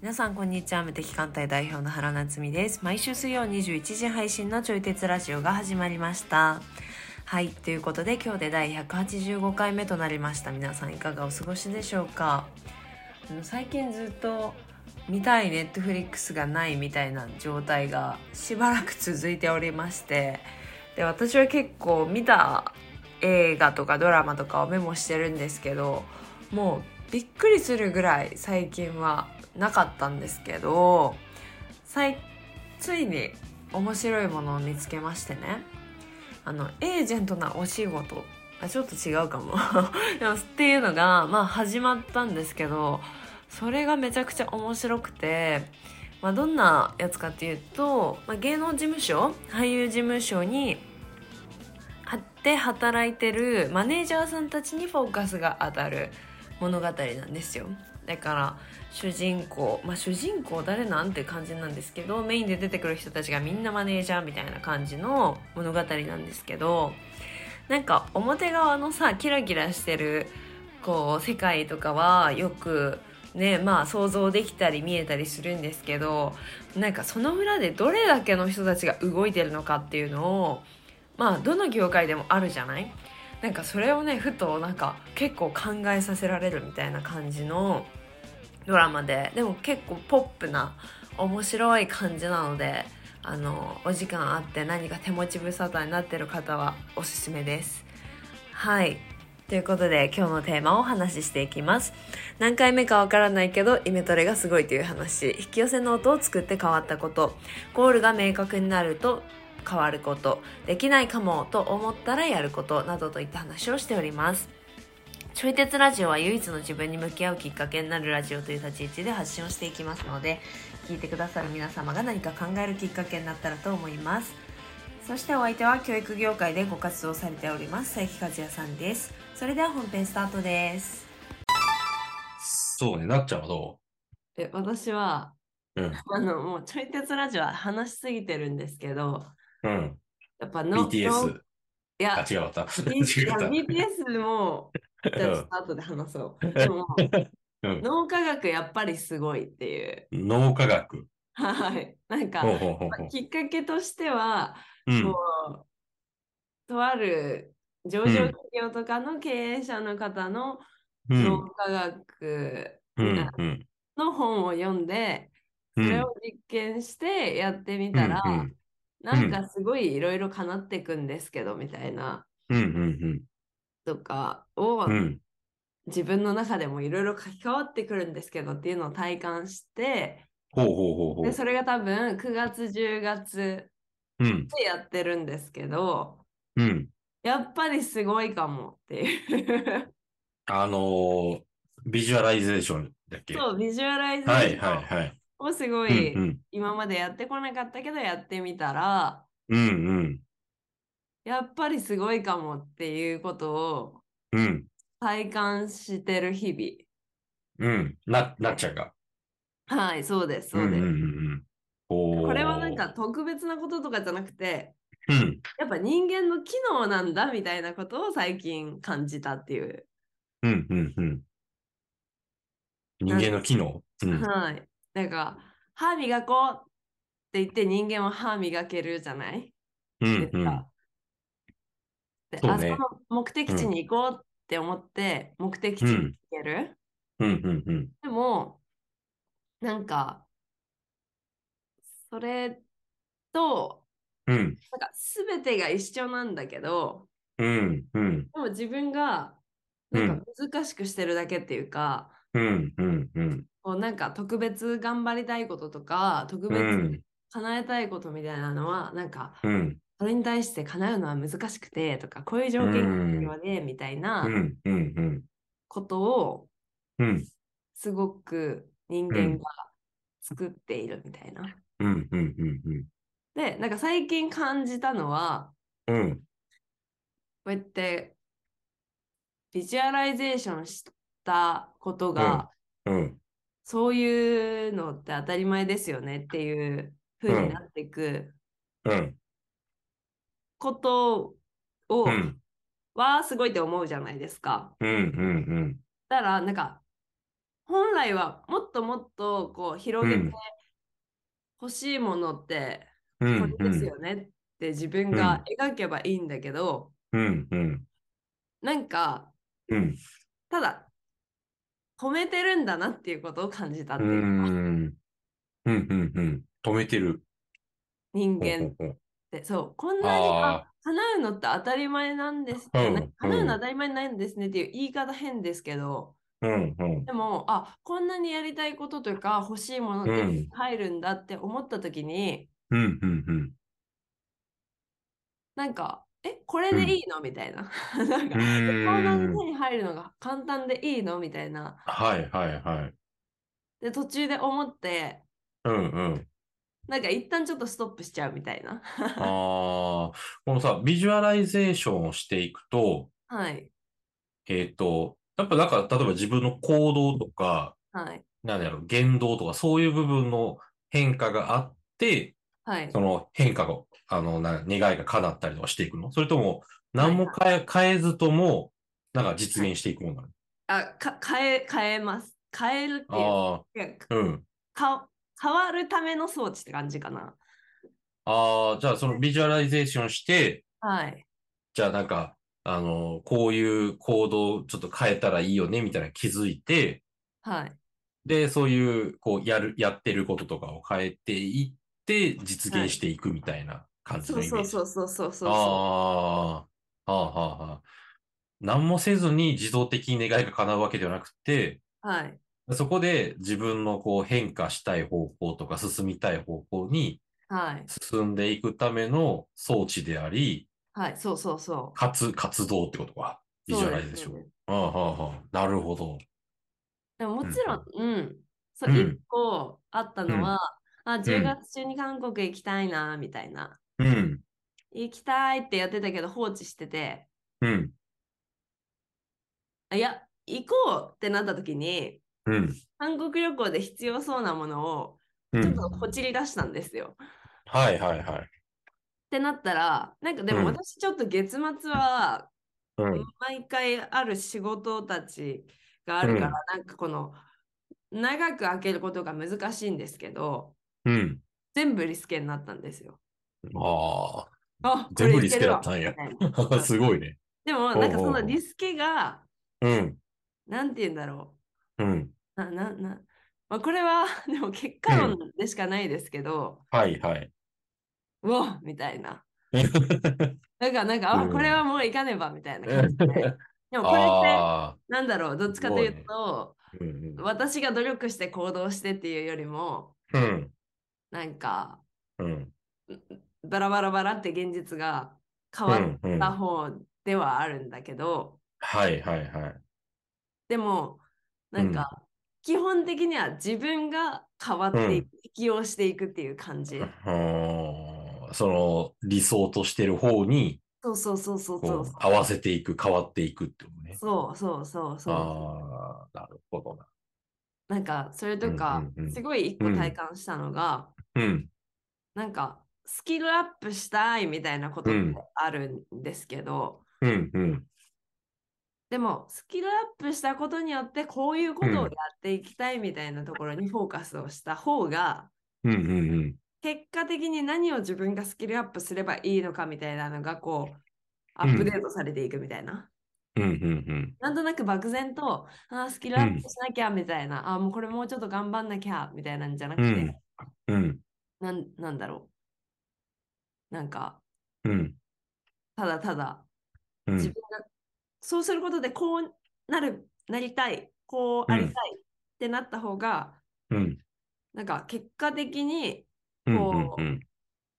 皆さんこんにちは無敵艦隊代表の原夏実です毎週水曜21時配信のちょい鉄ラジオが始まりましたはいということで今日で第185回目となりました皆さんいかがお過ごしでしょうかあの最近ずっと見たいネットフリックスがないみたいな状態がしばらく続いておりましてで私は結構見た映画とかドラマとかをメモしてるんですけどもうびっくりするぐらい最近はなかったんですけど最ついに面白いものを見つけましてねあのエージェントなお仕事あちょっと違うかも でもっていうのが、まあ、始まったんですけどそれがめちゃくちゃ面白くて、まあ、どんなやつかっていうと、まあ、芸能事務所俳優事務所にで働いてるマネージャーさんたちにフォーカスが当たる物語なんですよだから主人公まあ主人公誰なんて感じなんですけどメインで出てくる人たちがみんなマネージャーみたいな感じの物語なんですけどなんか表側のさキラキラしてるこう世界とかはよくねまあ想像できたり見えたりするんですけどなんかその裏でどれだけの人たちが動いてるのかっていうのをまあどの業界でもあるじゃないなんかそれをねふとなんか結構考えさせられるみたいな感じのドラマででも結構ポップな面白い感じなのであのお時間あって何か手持ち無沙汰になってる方はおすすめですはいということで今日のテーマをお話ししていきます何回目かわからないけどイメトレがすごいという話引き寄せノートを作って変わったことゴールが明確になると変わることできないかもと思ったらやることなどといった話をしておりますちょい鉄ラジオは唯一の自分に向き合うきっかけになるラジオという立ち位置で発信をしていきますので聞いてくださる皆様が何か考えるきっかけになったらと思いますそしてお相手は教育業界でご活動されております佐伯和也さんですそれでは本編スタートですそうね、なっちゃんはどえ私は、うんあのもうちょい鉄ラジオは話しすぎてるんですけどううん。やっぱ BTS。いあや、 違うった。い違やっ BTS も、た。じゃあちょっと後で話そう。でも、うん脳科学やっぱりすごいっていう。うん脳科学。はい。なんか、ほうほうほうほうきっかけとしては、うんこうとある上場企業とかの経営者の方のうん脳科学うんうんの本を読んで、うそれんを実験してやってみたら、うんなんかすごいいろいろかなってくんですけど、みたいなうんうんとかを、うんうん自分の中でもいろいろ書き換わってくるんですけどっていうのを体感してほうほうほうほでう。それが多分9月10月うんでやってるんですけどうん。やっぱりすごいかもって いうあのー、ビジュアライゼーションだっけ。はそうビジュアライいズはいはい。をすごうんいうん今までやってこなかったけどやってみたらうんやっぱりすごいかもっていうことをうんうん体感してる日うん。ななっちゃんが。々はいそうですうそんううんでうす、んうん。おーこれはなんか。特別なこととかじゃなくてうん。やっぱ人間の機能なんだみたいなことを最近感じたっていう。うんうんうん。人間の機能。うんはい。なんか、歯磨こうって言って人間は歯磨けるじゃないうんうん。で、そうあそねこの目的地に行こうって思って目的地に行ける。うんうんうん。でも、なんか、それと、うんなんか全てが一緒なんだけど、うんうんでも自分がなんか難しくしてるだけっていうか、うんうんうんこうなんか特別頑張りたいこととか特う別ん叶えたいことみたいなのは、なんかうんそれに対して叶うのは難しくてとかこういう条件が必要でみたいなうんうんうんことをうんすごく人間が作っているみたいな。うんうんうんうんでなんか最近感じたのはうんこうやってビジュアライゼーションしたことが、うんうんそういうのって当たり前ですよねっていう風になっていくうんことを、うん。はすごいって思うじゃないですか。うん。うん。だからなんか本来はもっともっとこう広げうてん欲しいものってうん。うんこれですよねって自分が描けばいいんだけど、うん。うん。なんかうん。ただ褒めてるんだなっていうことを感じたっうていうか、ん。うん。うん。うん。止めてる。人ほう間っほうほうてそうこんなにああ叶うのって当たり前なんですうね、んなんか叶うの当たり前なんですねっていう言い方変ですけどうん。うん。でもあこんなにやりたいこととか欲しいものっうてん入るんだって思った時に、うん。うん。うん。なんかえこれでいいの、みたいな なんかうーんこんなに手に入るのが簡単でいいのみたいなはい。はい。はい。で途中で思ってうん。うん。なんか一旦ちょっとストップしちゃうみたいな ああ。このさ、ビジュアライゼーションをしていくと、はいえっと、やっぱなんか、例えば自分の行動とか、はいなんだろう、言動とか、そういう部分の変化があって、はいその変化が、あの、な願いが叶ったりとかしていくのそれとも、何も変え、変えずとも、なんか実現していくものなのあか変え変えます変えるっていうあいやあ、うん。か変わるための装置って感じかなああ、じゃあそのビジュアライゼーションして、はいじゃあなんか、あの、こういう行動をちょっと変えたらいいよね、みたいなの気づいて、はいで、そういう、こう、やる、やってることとかを変えていって、実現していくみたいな感じそのうイメージ。そうそうそうそうそうそああ、はあはあはあ。何もせずに自動的に願いが叶うわけではなくて、うはいそこで自分のこう変化したい方向とか進みたい方向にはい進んでいくための装置であり、はいそうそうそうかつ活動ってことか。ビジそュうアラでイゼーすシよョン。ねああ、はあはあ、なるほど。でももちろん、うん、そううん一個あったのは、あ、うん10月中に韓国行きたいな、みたいな。うん、行きたいってやってたけど放置してて、うん、あいや、行こうってなった時に、うん、韓国旅行で必要そうなものをうちょっん。とこちり出したんですよ。っはいはいはい。てなったら、なんかでうもん私ちょっと月末はうん、毎回ある仕事たちがあるから、なんかこの長く開けることが難しいんですけど、うん。全部リスケになったんですよ。ああ、これ全部いけるわリスケだったんやみいなあ、 すごいね。でも、なんかおうおうそおうのリスケが、うん、なんて言うんだろうん。う。な、な、な、まあ、これは、 でも結果論でしかないですけど、はいはい。うわみたいな。なんか、なんか、あ、うんこれはもういかねば、みたいな感じで。でも、これって、ああ、なんだろう、どっちかというと、うんうん、私が努力して行動してっていうよりも、うん、なんか、うん、バラバラバラって現実が変うわっん、うん。たは方ではあるんだけど、いはいはい。でも、なんか、基本的には自分が変わっていく、適応していくっていう感じ。うーんその理想としてる方にそうそうそうそうそうこう。合わせていく、変わっていくってことね。そうそうそうそああ、なるほどな。う。なんかそれとか、うんうんうんすごい一個体感したのが、うん、なんかスキルアップしたいみたいなことっうんてあるんですけど、うん、うん、でもスキルアップしたことによってこういうことをやっていきたいみたいなところにフォーカスをした方が、うん、うん、うん。結果的に何を自分がスキルアップすればいいのかみたいなのがこう、アップデートされていくみたいな。うん、うん、なんとなく漠然と、あースキルアップしなきゃみたいな、あーもうこれもうちょっと頑張んなきゃみたいなんじゃなくうて、ん。うん、なんなんだろう。なんか、うん、ただただ、う自ん分。が、そうすることでこうなる、なりたい、こうありたいってなった方が、うん、なんか結果的にうん、こううん、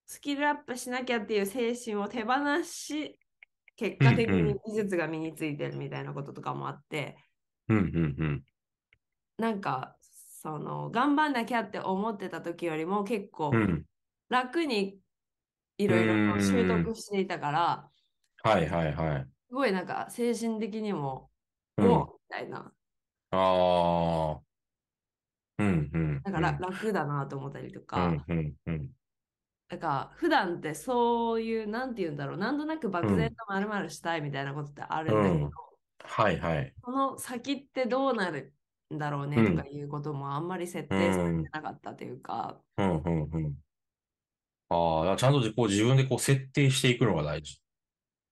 スキルアップしなきゃっていう精神を手放し、結果的うんうにん技術が身についてるみたいなこととかもあって、うん、うん、うん。なんか、その、頑張んなきゃって思ってた時よりも結構うん、楽にいろいろ習得していたから、はいはいはい。すごいなんか精神的にも、うん、おあうみたいな。あ。うん、うん。だから楽だなと思ったりとか、うん、うん、うん。なんか普段ってそういうなんて言うんだろうなんとなく漠然とまるまるしたいみたいなことってあるんだけど、うんはいはい。その先ってどうなるんだろうねとかいうこともあんまり設定されてなかったというか、うんうんうん。ああ、だからちゃんとこう自分でこう設定していくのが大事。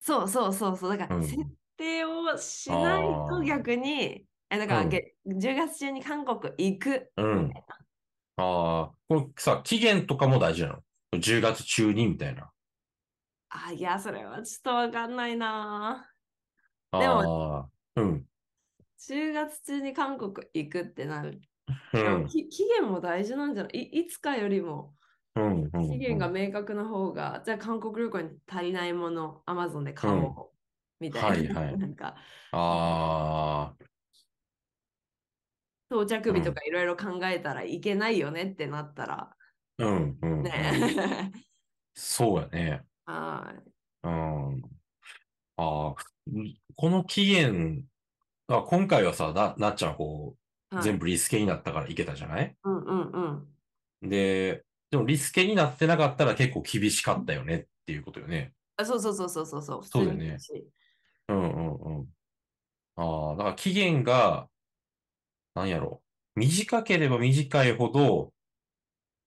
そうそうそうそうだから、うん設定をしないあとー逆にえだから、うんげ10月中に韓国行くうん。ああ、これさ、期限とかも大事なの ?10 月中にみたいな。あいやそれはちょっとわかんないなあであ、うん。 10月中に韓国行くってなる、うでもん。き期限も大事なんじゃないいいつかよりもうん。うん期限が明確な方が、じゃあ韓国旅行に足りないもの、アマゾンで買おう、うんみたいな。はいはい なんか、あ到着日とかいろいろ考えたらいけないよねってなったら、あ、うん。うん。うんね。 そうやね。はい。うん。ああ、この期限、あ、今回はさ、な、なっちゃんはこはう、い全部リスケになったからいけたじゃないうんうんうん。で、でもリスケになってなかったら結構厳しかったよねっていうことよね。あそうそうそうそうそうそう。そうだよね普通にうんうんうん。ああ、だから期限が、なんやろ短ければ短いほど、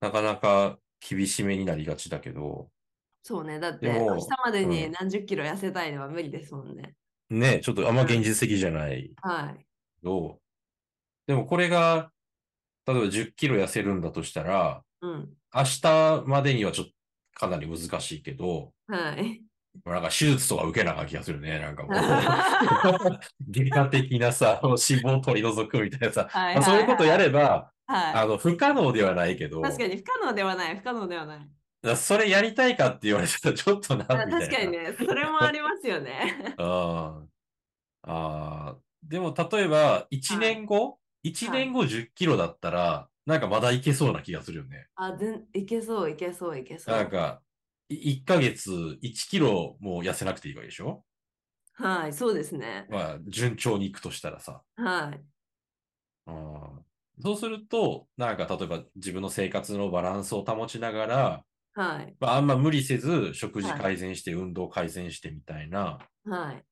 なかなか厳しめになりがちだけど、そうね。だって、でも明日までうにん何十キロ痩せたいのは無理ですもんね。ね、ちょっとあんま現実的じゃないはい。けど、でもこれが、例えば10キロ痩せるんだとしたら、うん。明日までにはちょっとかなり難しいけど、 はい。なんか手術とか受けなあかん気がするね。な んかもう、外科的なさ、脂肪を取り除くみたいなさ、はいまあそういうことやれば、はいあの、不可能ではないけど、確かに不可能ではない、不可能ではない。それやりたいかって言われたらちょっとな、みたあいな。確かにね、それもありますよね。あーあー。でも、例えば、1年後、1年後10キロだったら、なんかまだいけそうな気がするよね。あ、全いけそう、いけそう、いけそう。なんか、1ヶ月1キロも痩せなくていいわけでしょはい、そうですね。まあ、順調にいくとしたらさ。はい。うんそうすると、なんか例えば自分の生活のバランスを保ちながら、はい、まあ、あんま無理せず食事はい改善して運動改善してみたいな、っはい、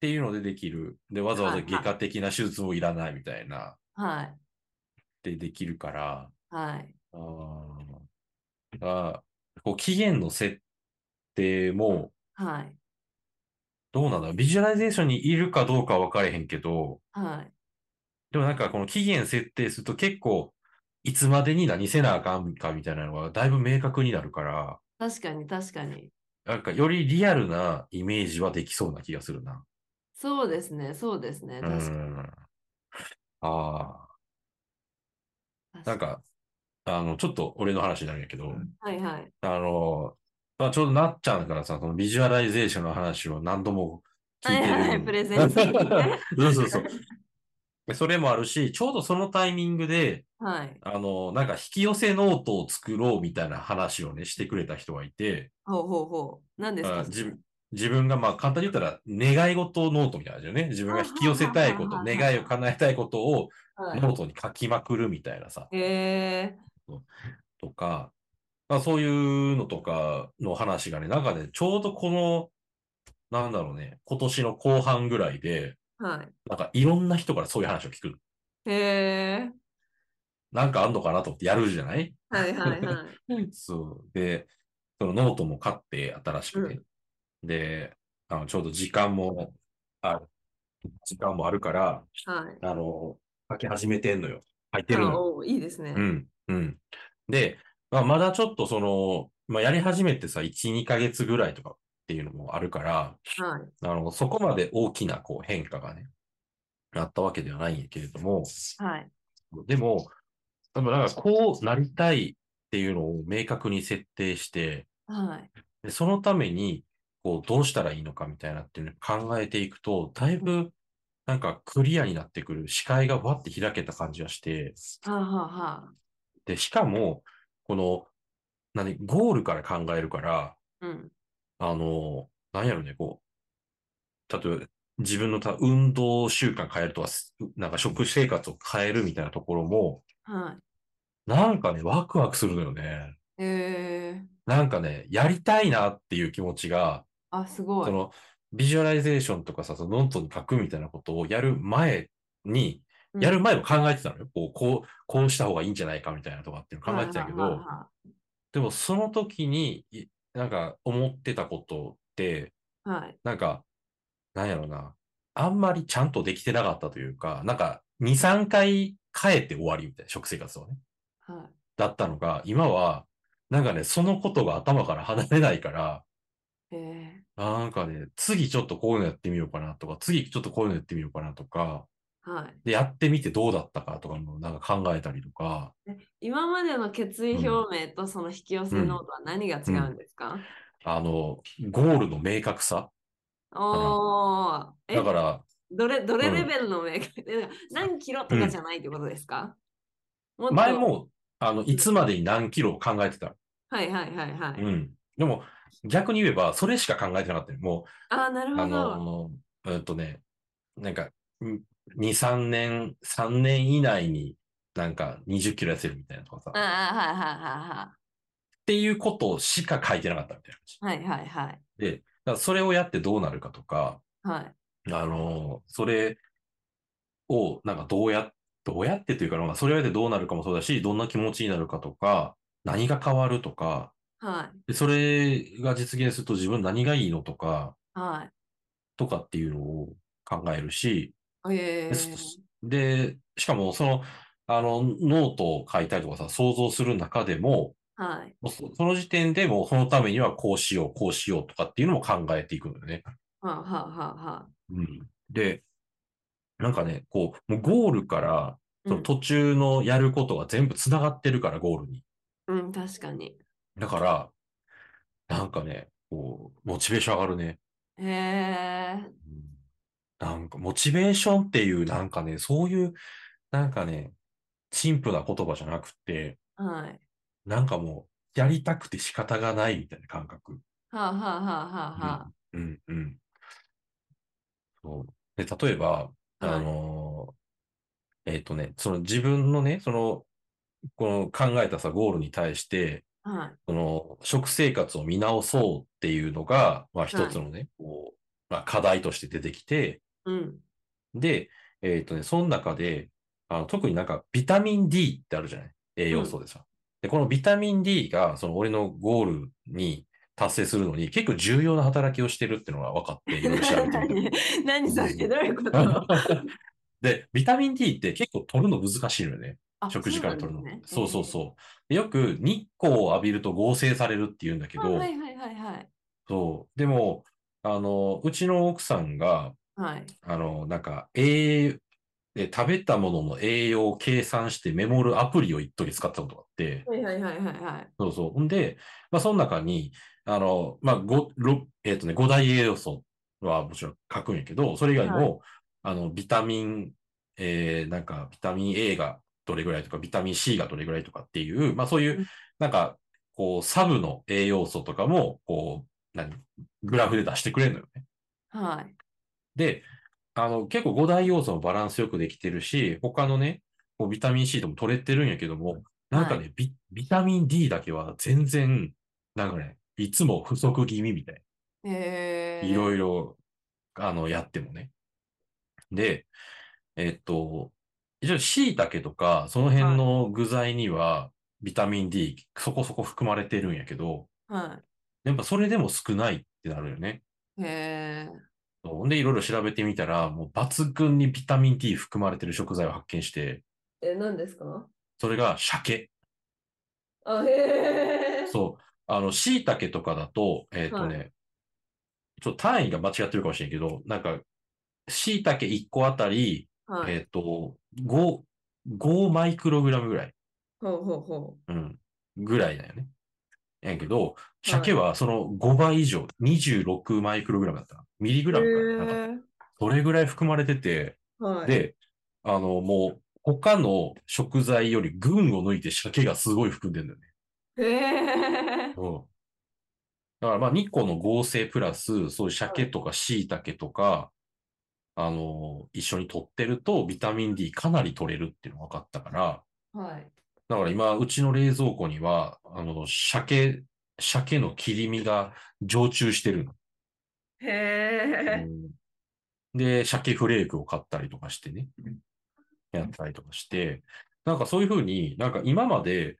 ていうのでできる。で、わざわざはいはい外科的な手術もいらないみたいな、はい、でできるから、はい。あーあこう期限の設定も、はい、どうなんだろうビジュアライゼーションにいるかどうかは分かれへんけど、はい。でもなんかこの期限設定すると結構、いつまでに何せなあかんかみたいなのがだいぶ明確になるから、確かに、確かに。なんかよりリアルなイメージはできそうな気がするな。そうですね、そうですね。う確かに。ん。あ確あ、なんか、あの、ちょっと俺の話になるんやけど、はい、はい。あの、まあ、ちょうどなっちゃんからさ、そのビジュアライゼーションの話を何度も聞いてる。はいはいプレゼンしてるね そうそうそう。でそれもあるし、ちょうどそのタイミングで、はい。あの、なんか引き寄せノートを作ろうみたいな話をね、してくれた人がいて、ほうほうほう。何ですあか自分自分が、まあ、簡単に言ったら、願い事ノートみたいな感じよね。自分が引き寄せたいこあと、はいはいはいはい願いを叶えたいことをはいノートに書きまくるみたいなさ、えとか、まあ、そういうのとかの話がね、なんかね、ちょうどこの、なんだろうね、今年の後半ぐらいで、ー、はい。なんかいろんな人からそういう話を聞く。えなんかあんのかなと思ってやるじゃないー、はい、はい、はい。そう。で、そのノートも買って、新しくね。で、あの、ちょうど時間も、あ、時間もあるから、 はい。あの、書き始めてんのよ。書いてるのあよ。おいいですねう。ん、うん。で、まあ、まだちょっとその、まあ、やり始めてさ、1、2ヶ月ぐらいとかっていうのもあるから、はい、あの、そこまで大きなこう変化がね、あったわけではないんやけれども、はい、でも、多分なんかこうなりたいっていうのを明確に設定して、はい。で、そのために、こう、どうしたらいいのかみたいなっていうのを考えていくと、だいぶ、なんかクリアになってくる、視界がわって開けた感じがして、はあ、はあ、はあ。で、しかも、この、何、ゴールから考えるから、うん、あの、なんやろね、こう、例えば、自分のた運動習慣変えるとか、すなんか食生活を変えるみたいなところも、はい。なんかね、ワクワクするのよね。えー、なんかね、やりたいなっていう気持ちが、あ、すごそい。の、ビジュアライゼーションとかさ、そのノートに書くみたいなことをやる前に、うんやる前も考えてたのよ。こう、こう、こうした方がいいんじゃないかみたいなとかっていうのを考えてたけはいはいはどい、はでもその時に、いなんか思ってたことって、いはい。なんか、なんやろな、あんまりちゃんとできてなかったというか、なんか、2、3回変えて終わりみたいな、食生活をね。はいだったのが、今は、なんかね、そのことが頭から離れないから、えなんかね、次ちょっとこういうのやってみようかなとか、次ちょっとこういうのやってみようかなとか、ーはい、で、やってみてどうだったかとかもなんか考えたりとか、今までの決意表明とその引き寄せノートは何が違うんですか、あの、ゴールの明確さ。おーえだから、どれどうれんレベルの明確、え何キロとかじゃないってことですか、っと前も、あの、いつまでに何キロを考えてた。はいはいはいはい。うん。でも、逆に言えば、それしか考えてなかったよ。もあーなるう、ほあど。の、うんとね、なんか、2、3年、3年以内に、なんか20キロ痩せるみたいなとかさ、あっあていうことしか書いてなかったみたいな感じ。はいはいはいはい。はいはいはい。で、だからそれをやってどうなるかとか、はい、あの、それを、なんかどうや、どうやってというか、まあそれをやってどうなるかもそうだし、どんな気持ちになるかとか、何が変わるとか、はい、でそれが実現すると自分何がいいのとか、はい。とかっていうのを考えるし、えでそで、しかもその、あの、ノートを書いたりとかさ、想像する中でも、ー、はい。もうそその時点でもうそのためにはこうしよう、こうしようとかっていうのも考えていくのよね。はあ、はあはあはあうんで、なんかね、こう、もうゴールから、うそんの途中のやることが全部繋がってるから、ゴールに。うん、確かに。だから、なんかね、こう、モチベーション上がるね。へえ。なんか、モチベーションっていう、なんかね、そういう、なんかね、陳腐な言葉じゃなくて、はい。なんかもう、やりたくて仕方がないみたいな感覚。はあ、はあはあはあはあ。うん、うん、うん。そう。で、例えば、はいあのーえっ、とね、その自分のね、その、この考えたさ、ゴールに対して、はい。その、食生活を見直そうっていうのが、まあ一つのね、こう、まあ課題として出てきて、うん。で、えっ、とね、その中で、あの特になんかビタミン D ってあるじゃない栄養素でさ。で、このビタミン D が、その俺のゴールに達成するのに結構重要な働きをしてるっていうのが分か って、いろいろ調べてみた。何 何それどういうこと で、ビタミン D って結構取るの難しいのよね。食事から取るの。そうそううそう。よく日光を浴びると合成されるって言うんだけなんですね。どは、いはいはいはい。そう。でも、あの、うちの奥さんが、はい。あの、なんか、栄、え食べたものの栄養を計算してメモるアプリを一時使ったことがあって、はいはいはいはいはい。、そうそう。ほんで、まあ、その中に、あの、まあ、ご、ろえっ、とね、五大栄養素はもちろん書くんやけど、それ以外にも、あの、ビタミン、えー、なんか、ビタミン A がどれぐらいとか、ビタミン C がどれぐらいとかっていう、まあ、そういううんなんか、こう、サブの栄養素とかも、こう、何、グラフで出してくれるのよね。はい。で、あの、結構五大要素のバランスよくできてるし、他のね、こうビタミン C とも取れてるんやけども、なんかね、はビ、ビタミン D だけは全然、なんかね、いつも不足気味みたいへえ。な。いろいろ、あの、やってもね。で、えっと、一応、椎茸とか、その辺の具材には、ビタミン D そこそこ含まれてるんやけど、はやっぱそれでも少ないってなるよね。い。へえ。そうほんで、いろいろ調べてみたら、もう抜群にビタミン D 含まれてる食材を発見して、え、何ですかそれが鮭。あ、へえ。そう。あの、椎茸とかだと、えっ、とね、ちょっと単位が間違ってるかもしれんけど、なんか、椎茸1個あたり、はい。えっ、と、5、5マイクログラムぐらい。ほうほうほうん。ぐらいだよね。やけど、鮭はその5倍以上、26マイクログラムだったな。ミリグう。ラムかな。なへんかえ。それぐらい含まれてて、はい。で、あの、もう、他の食材より群を抜いて鮭がすごい含んでるんだよね。へえ。うん。だからまあ、日光の合成プラス、そういう鮭とか椎茸とか、あの、一緒に取ってると、ビタミン D かなり取れるっていうのが分かったから、はい。だから今、うちの冷蔵庫には、あの、鮭、鮭の切り身が常駐してるの。へえ。で、鮭フレークを買ったりとかしてね、やったりとかして、なんかそういうふうに、なんか今まで、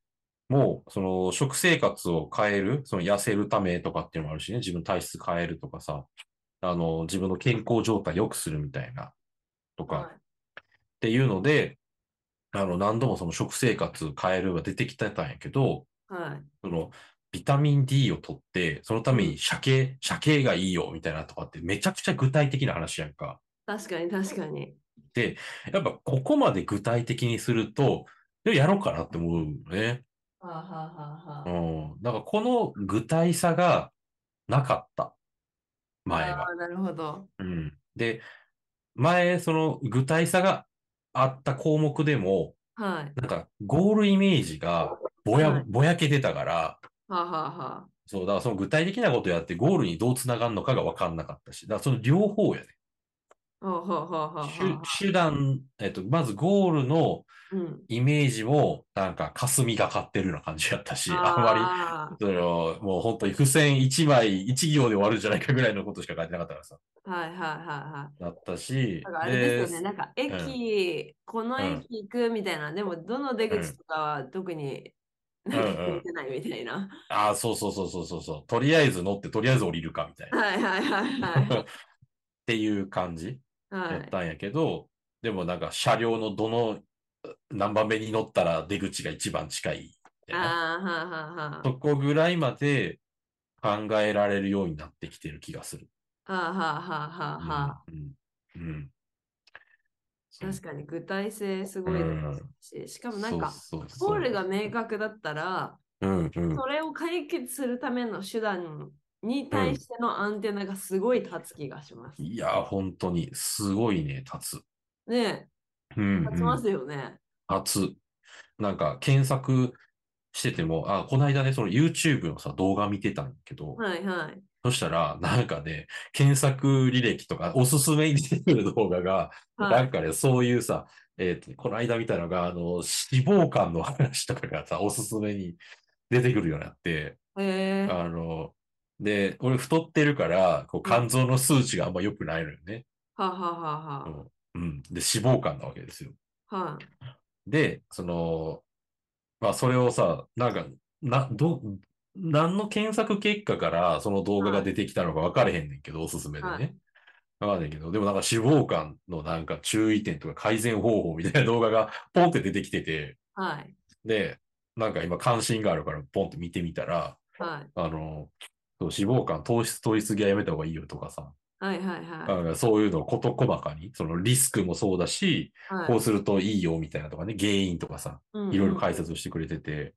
もう、その、食生活を変える、その痩せるためとかっていうのもあるしね、自分体質変えるとかさ、あの、自分の健康状態良くするみたいな、とか、はっていうので、あの、何度もその食生活変えるは出てきてたんやけど、い。はい。その、ビタミン D を取って、そのために鮭、鮭がいいよ、みたいなとかってめちゃくちゃ具体的な話やんか。確かに確かに。やっぱここまで具体的にすると、いややろうかなって思うよね。はあ、はあはうあはん。だからこの具体さがなかった。あ、前はあ。ーなるほど。うん。で、前、その具体さがあった項目でも、はい。なんか、ゴールイメージが、ぼはやい、ぼやけてたから、はあ、はあはあ、そう、だからその具体的なことやって、ゴールにどう繋がるのかが分かんなかったし、だからその両方やね。ほうほうほうほう手ほうほう。手段、えっと、まずゴールのうん。イメージも、なんか、霞がかってるような感じやったし、あんまあり、その、もう本当に付箋1枚、1行で終わるんじゃないかぐらいのことしか書いてなかったからさ、ーはいはいはいはい。だったしだ、からあれですよね、でなんか駅、この駅行くみたいな、でもどの出口とかは特になんかうん決うんめてないみたいな。ああ、そうそうそうそうそうそう、とりあえず乗って、とりあえず降りるか、みたいな。はいはいはい はっていう感じ。い。はやっい、たんやけど、でもなんか車両のどの何番目に乗ったら出口が一番近いみたいあな。あ、はあはあはそこぐらいまで考えられるようになってきてる気がする。あ。はあはあはあはあはあ。うん。うん。うんそう確かに具体性すごいですし、しかもなんか、そうそうそうゴールが明確だったら、うんうん。それを解決するための手段に対してのアンテナがすごい立つ気がします。いや、本当にすごいね、立つ。ねうん、え、うん。立ちますよね。立つ。なんか検索してても、あ、この間ね、その YouTube のさ、動画見てたんやけど、はいはい。そしたら、なんかね、検索履歴とか、おすすめに出てくる動画が、はないん、かね、そういうさ、えーと、この間見たのが、あの、死亡感の話とかがさ、おすすめに出てくるようになって、えー、あの、で、俺太ってるから、こう、肝臓の数値があんま良くないのよね。はあ、はあはあはうん。で、死亡感なわけですよ。あ、はい。で、その、まあ、それをさ、なんか、な、ど、何の検索結果からその動画が出てきたのか分かれへんねんけど、おすすめではねい。分かんねんけど、でもなんか脂肪肝のなんか注意点とか改善方法みたいな動画が ポンって出てきてて、はい。で、なんか今関心があるからポンって見てみたら、はい。あの、そう脂肪肝、糖質取りすぎはやめた方がいいよとかさ、はい。はい。はい。なんかそういうのを事細かに、そのリスクもそうだし、こうするといいよみたいなとかね、原因とかさ、はいろいろ解解説をしてくれてて、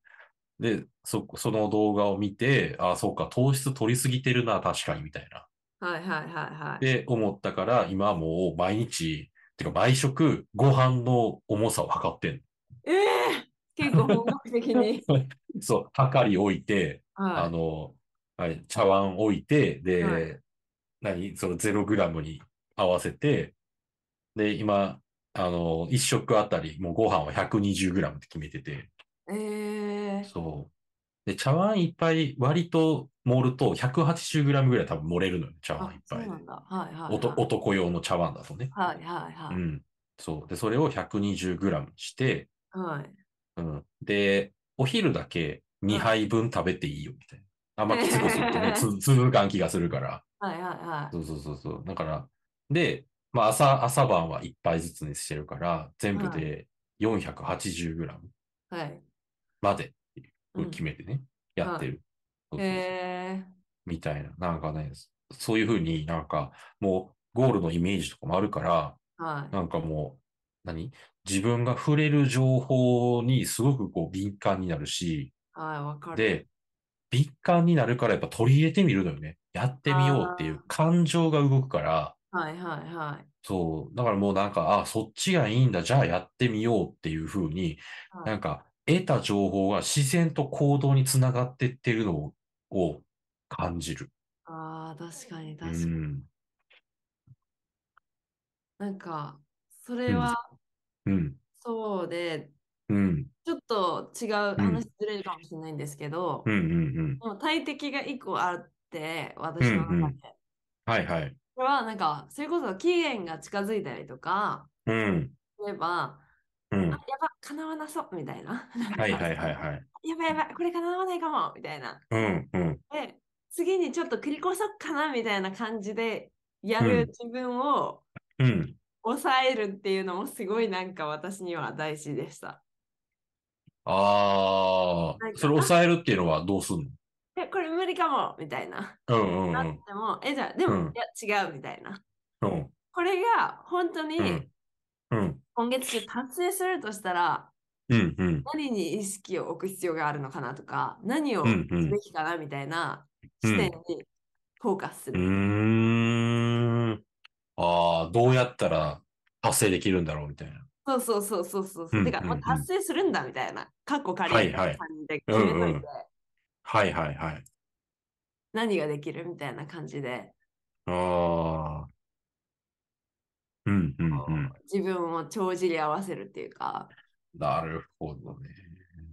で、そ、その動画を見て、ああ、そうか、糖質取りすぎてるな、確かに、みたいな。はい。はい。はい。はい。で、思ったから、今はもう毎日、てか毎食、ご飯の重さを測ってんええ結構本格的に。の。 そう、測り置いて、あはの、はい、茶碗置いて、で、はい何その0グラムに合わせて、で、今、あの、1食あたり、もうご飯は120グラムって決めてて、い。ええそう。で、茶碗一杯、割と盛ると 180g ぐらい多分盛れるのよ、茶碗あ一、そう杯でな。んだ。はい。はい。おとはい。男用の茶碗だとね。はい。はい。はうい。ん。そう。で、それを 120g して、はい。うん。で、お昼だけ2杯分食べていいよ、みたいな。あんまきつくする とね、つ、続かん気がするから。はい。はい。そうそうそうそう。だから、で、まあ朝、朝晩は1杯ずつにしてるから、全部で 480g はい。はい。までうん決めてね、やってる。そうそうそうえみたいな。なんかね、そういうふうになんか、もうゴールのイメージとかもあるから、えはい。なんかもう、何自分が触れる情報にすごくこう敏感になるし、はい。わかる。で、敏感になるからやっぱ取り入れてみるのよね。やってみようっていう感情が動くから、はい。はい。はい。そう、だからもうなんか、あ、そっちがいいんだ、じゃあやってみようっていうふうに、はいなんか、得た情報が自然と行動につながってってるのをを感じる。ああ、確かに。う確かに。ん。なんか、それはうん。そうで、うん。ちょっと違う話ずれるかもしれないんですけど、うんうんうん。もう大敵が一個あって、私の中で。うんうんはいはい。これはなんか、それこそ期限が近づいたりとか、うん。例えば、うあん。やば、叶わなそうみたいな。はいはいはいはい。やばいやばい、これ叶わないかもみたいな。うんうん。で、次にちょっと繰り越そうかなみたいな感じでやるうん自分をうん。抑えるっていうのもすごいなんか私には大事でした。ああなん、かそれ抑えるっていうのはどうすんえ、これ無理かもみたいな。のうんうんなうっん。ても、え、じゃあ、でも、うんいや、違うみたいな。うんこれが本当うにん。うん今月中達成するとしたら、うんうん。何に意識を置く必要があるのかなとか、何をうすんうんべきかなみたいな視点にフォーカスすうる。ーん。ああ、どうやったら達成できるんだろうみたいな。そうそうそうそうそう。うんてか、もううん達成するんだみたいな。かっこ仮みたいな感じで決めといて、うんうんはいはいはい。何ができるみたいな感じで、ああ。うんうんうん。自分を帳尻合わせるっていうか、なるほどね。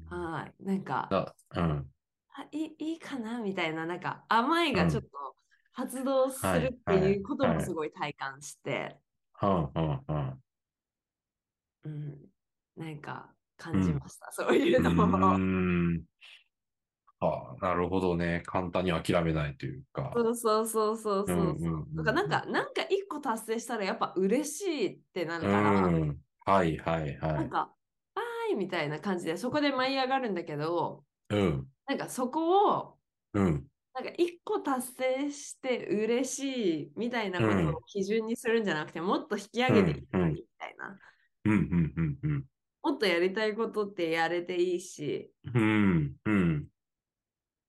はい、なんか、だうん。あいいいいかなみたいな、なんか甘いがちょっと発動するってはいはいいうこともはいすごい体感して、うんうんうん。うん、なんか感じました、そういうのうを。ーんああ、なるほどね。簡単に諦めないというか。そうそうそうそうそう。うんうんうんだからなんか、なんか一個達成したらやっぱ嬉しいってなるから、うん。はいはいはなんい。か、あーいみたいな感じで、そこで舞い上がるんだけど、うん。なんかそこを、うん。なんか一個達成して嬉しいみたいなことを基準にするんじゃなくて、もっと引き上げていったうんうらいんいみたいな。うんうんうんうん。もっとやりたいことってやれていいし、うんうん。っ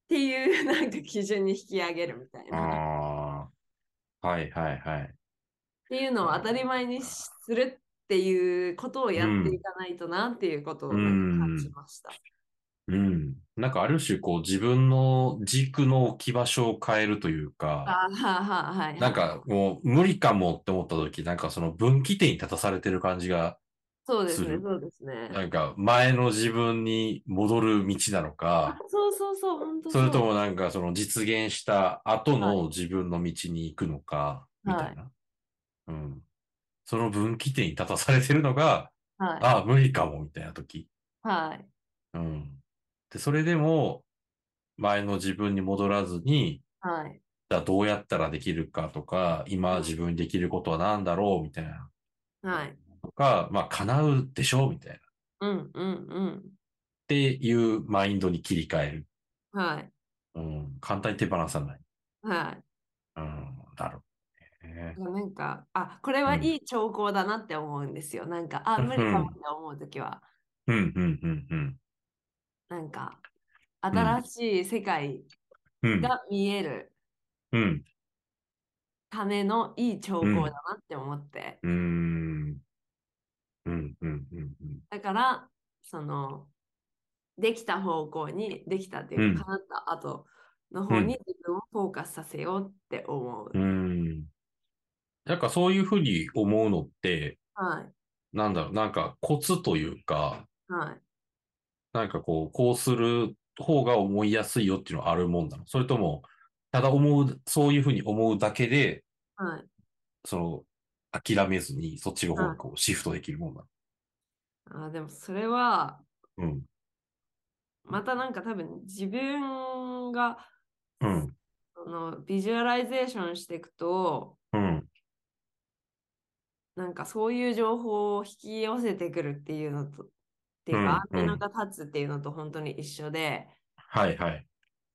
ていうなんか基準に引き上げるみたいな。っああ。はいはいはい。ていうのを当たり前にするっていうことをやっていかないとなっていうことをなんか感じました。うん。なんかある種こう自分の軸の置き場所を変えるというか、あーはあはあはいはい。なんかもう無理かもって思った時、なんかその分岐点に立たされてる感じが、そうですすねる、そうですね。なんか前の自分に戻る道なのかあ、そうそうそう、本当それとうもなんかその実現した後はいの自分の道に行くのか、みたいな。うん。その分岐点に立たされてるのが、はああ、無理かも、みたいな時。い。はい。うん。で、それでも、前の自分に戻らずに、はい。じゃあどうやったらできるかとか、今自分にできることは何だろう、みたいな。はい。とか、まあ、叶うでしょう、みたいな。うっんうんていうマインドに切り替える。うん。はい。うん。簡単に手放さない。はい。うん。だろうね。なんか、あ、これはいい兆候だなって思うんですよ。なんか、あ、無理かもって思うときは、うん、うん、うん、うん。なんか、ん新しい世界うん。が見えるうん。ためのいい兆候うだんなって思って。うーん。うん。うん。うん。だから、その、できた方向に、できたっていうか、叶った後の方に自分をフォーカスさせようって思うう。ん。なんかそういうふうに思うのって、はい。なんだろう、なんかコツというか、はい。なんかこう、こうする方が思いやすいよっていうのはあるもんなのそれとも、ただ思う、そういうふうに思うだけで、はい。その、諦めずにそっちの方にこうシフトできるもんなあでもそれは、のまたなんか多分自分がうん。うん。そのビジュアライゼーションしていくと、うん。なんかそういう情報を引き寄せてくるっていうのと、っていうか、アンうんテナが立つっていうのと本当に一緒で、はいはい。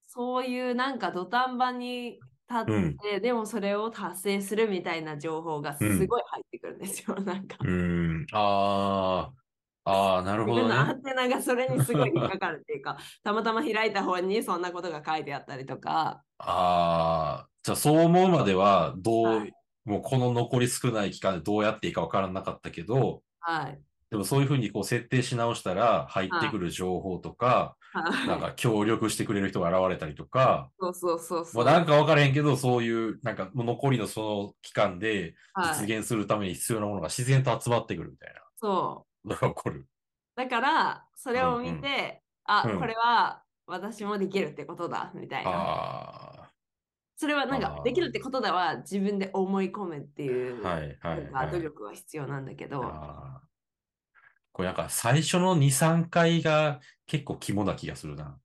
そういうなんか土壇場に立って、でもそれを達成するみたいな情報がすごい入ってくるんですよ。なんかう、ーん。ああ。ああ、なる自ほど分のアね。ンテナがそれにすごい引っかかるっていうか、たまたま開いた本にそんなことが書いてあったりとか、ああ、じゃあそう思うまでは、どはう、もうこの残り少ない期間でどうやっていいかわからなかったけど、はい。でもそういうふうにこう設定し直したら入ってくる情報とはか、いなんか協力してくれる人が現れたりとか、そうそうそうそもう。うなんかわからへんけど、そういう、なんかもう残りのその期間ではい、実現するために必要なものが自然と集まってくるみたいそなのが起こる。だから、それを見うんて、あうん、これは私もできるってことだ、みたいな。あそれはなんあかー、できるってことだは自分で思い込むっていう、あ、はないはいんはかい。努力は必要なんだけど、あーこれなんか最初の2、3回が結構肝な気がするな。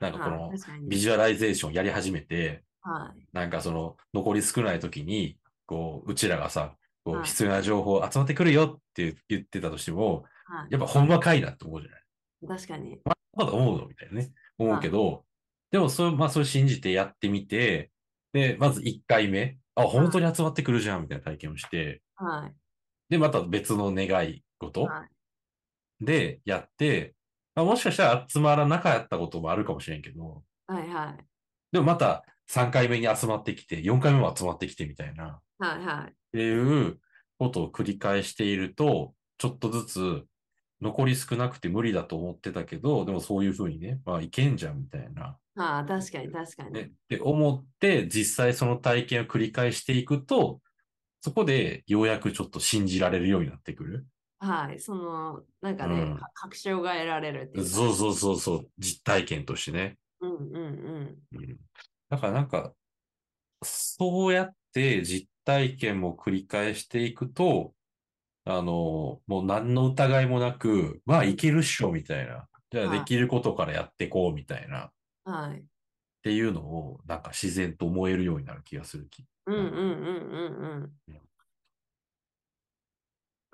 なんかこまあの確かビに。ジュアライゼーションやり始めて、はい。なんかその残り少ない時に、こう、うちらがさ、こはうい必要な情報集まってくるよって言ってたとしても、はいやっぱほんまかいなって思うじゃない確かに。まだ思うのみたいなね。思うけど、でもそれ、まあそれ信じてやってみて、で、まず1回目、あ、本当に集まってくるじゃんみたいな体験をして、はい。で、また別の願い事はでやって、まあ、もしかしたら集まらなかったこともあるかもしれんけど、はいはい。でもまた3回目に集まってきて、4回目も集まってきてみたいな、はいはい。っていうことを繰り返していると、ちょっとずつ残り少なくて無理だと思ってたけど、でもそういうふうにね、まあいけんじゃんみたいな、ああ、確かに確かに。ね、って思って、実際その体験を繰り返していくと、そこでようやくちょっと信じられるようになってくる。はい。その、なんかね、うんか確証が得られるっていうか。そうそうそうそう、実体験としてね。うんうんうんだからなんか、そうやって実体験も繰り返していくと、あの、もう何の疑いもなく、まあいけるっしょ、みたいな。じゃあはいできることからやっていこう、みたいな。っうん。はい。ていうのを、なんか自然と思えるようになる気がする気。うんうんうんうん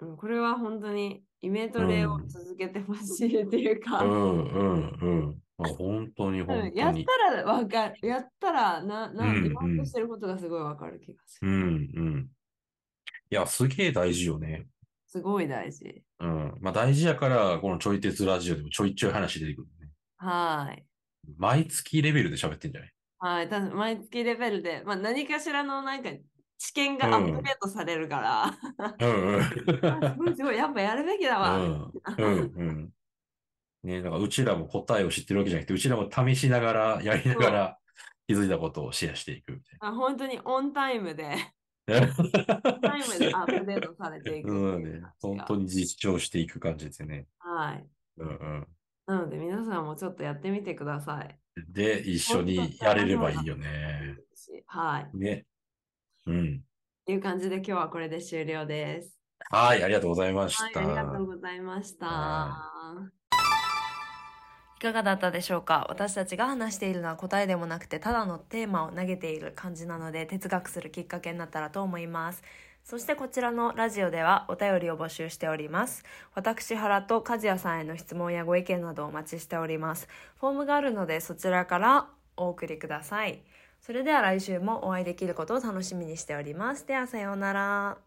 うん。うん、これは本当にイメトレをうん続けてほしいっていうか、ううんん、うん、うん。まあ、本当に本や当っに。たらわかる、やったらな、な、うんうん言わんとしてることがすごいわかる気がすうる。ん、うん。いや、すげえ大事よね。すごい大事。うん。まあ大事やから、このちょい鉄ラジオでもちょいちょい話出てくるね。はい。毎月レベルで喋ってんじゃないはい、ただ毎月レベルで、まあ、何かしらのなんか知見がアップデートされるから、うんうん。 あすごいすごい、やっぱやるべきだわ。うんうんうん。ね、だからうちらも答えを知ってるわけじゃなくて、うちらも試しながら、やりながら、気づいたことをシェアしていくみあ本当にオンタイムで、たいな。オンタイムでアップデートされていくってそうだいねう感。じ本が当に実証していく感じですよね。はい。うんうん。なので皆さんもちょっとやってみてください。で、一緒にやれればいいよね。はい。っね。うん。ていう感じで今日はこれで終了です。はい、ありがとうございましはい、た。ありがとうございました。はいかがだったでしょうか私たちが話しているのは答えでもなくてただのテーマを投げている感じなので哲学するきっかけになったらと思いますそしてこちらのラジオではお便りを募集しております私原と和也さんへの質問やご意見などをお待ちしておりますフォームがあるのでそちらからお送りくださいそれでは来週もお会いできることを楽しみにしておりますではさようなら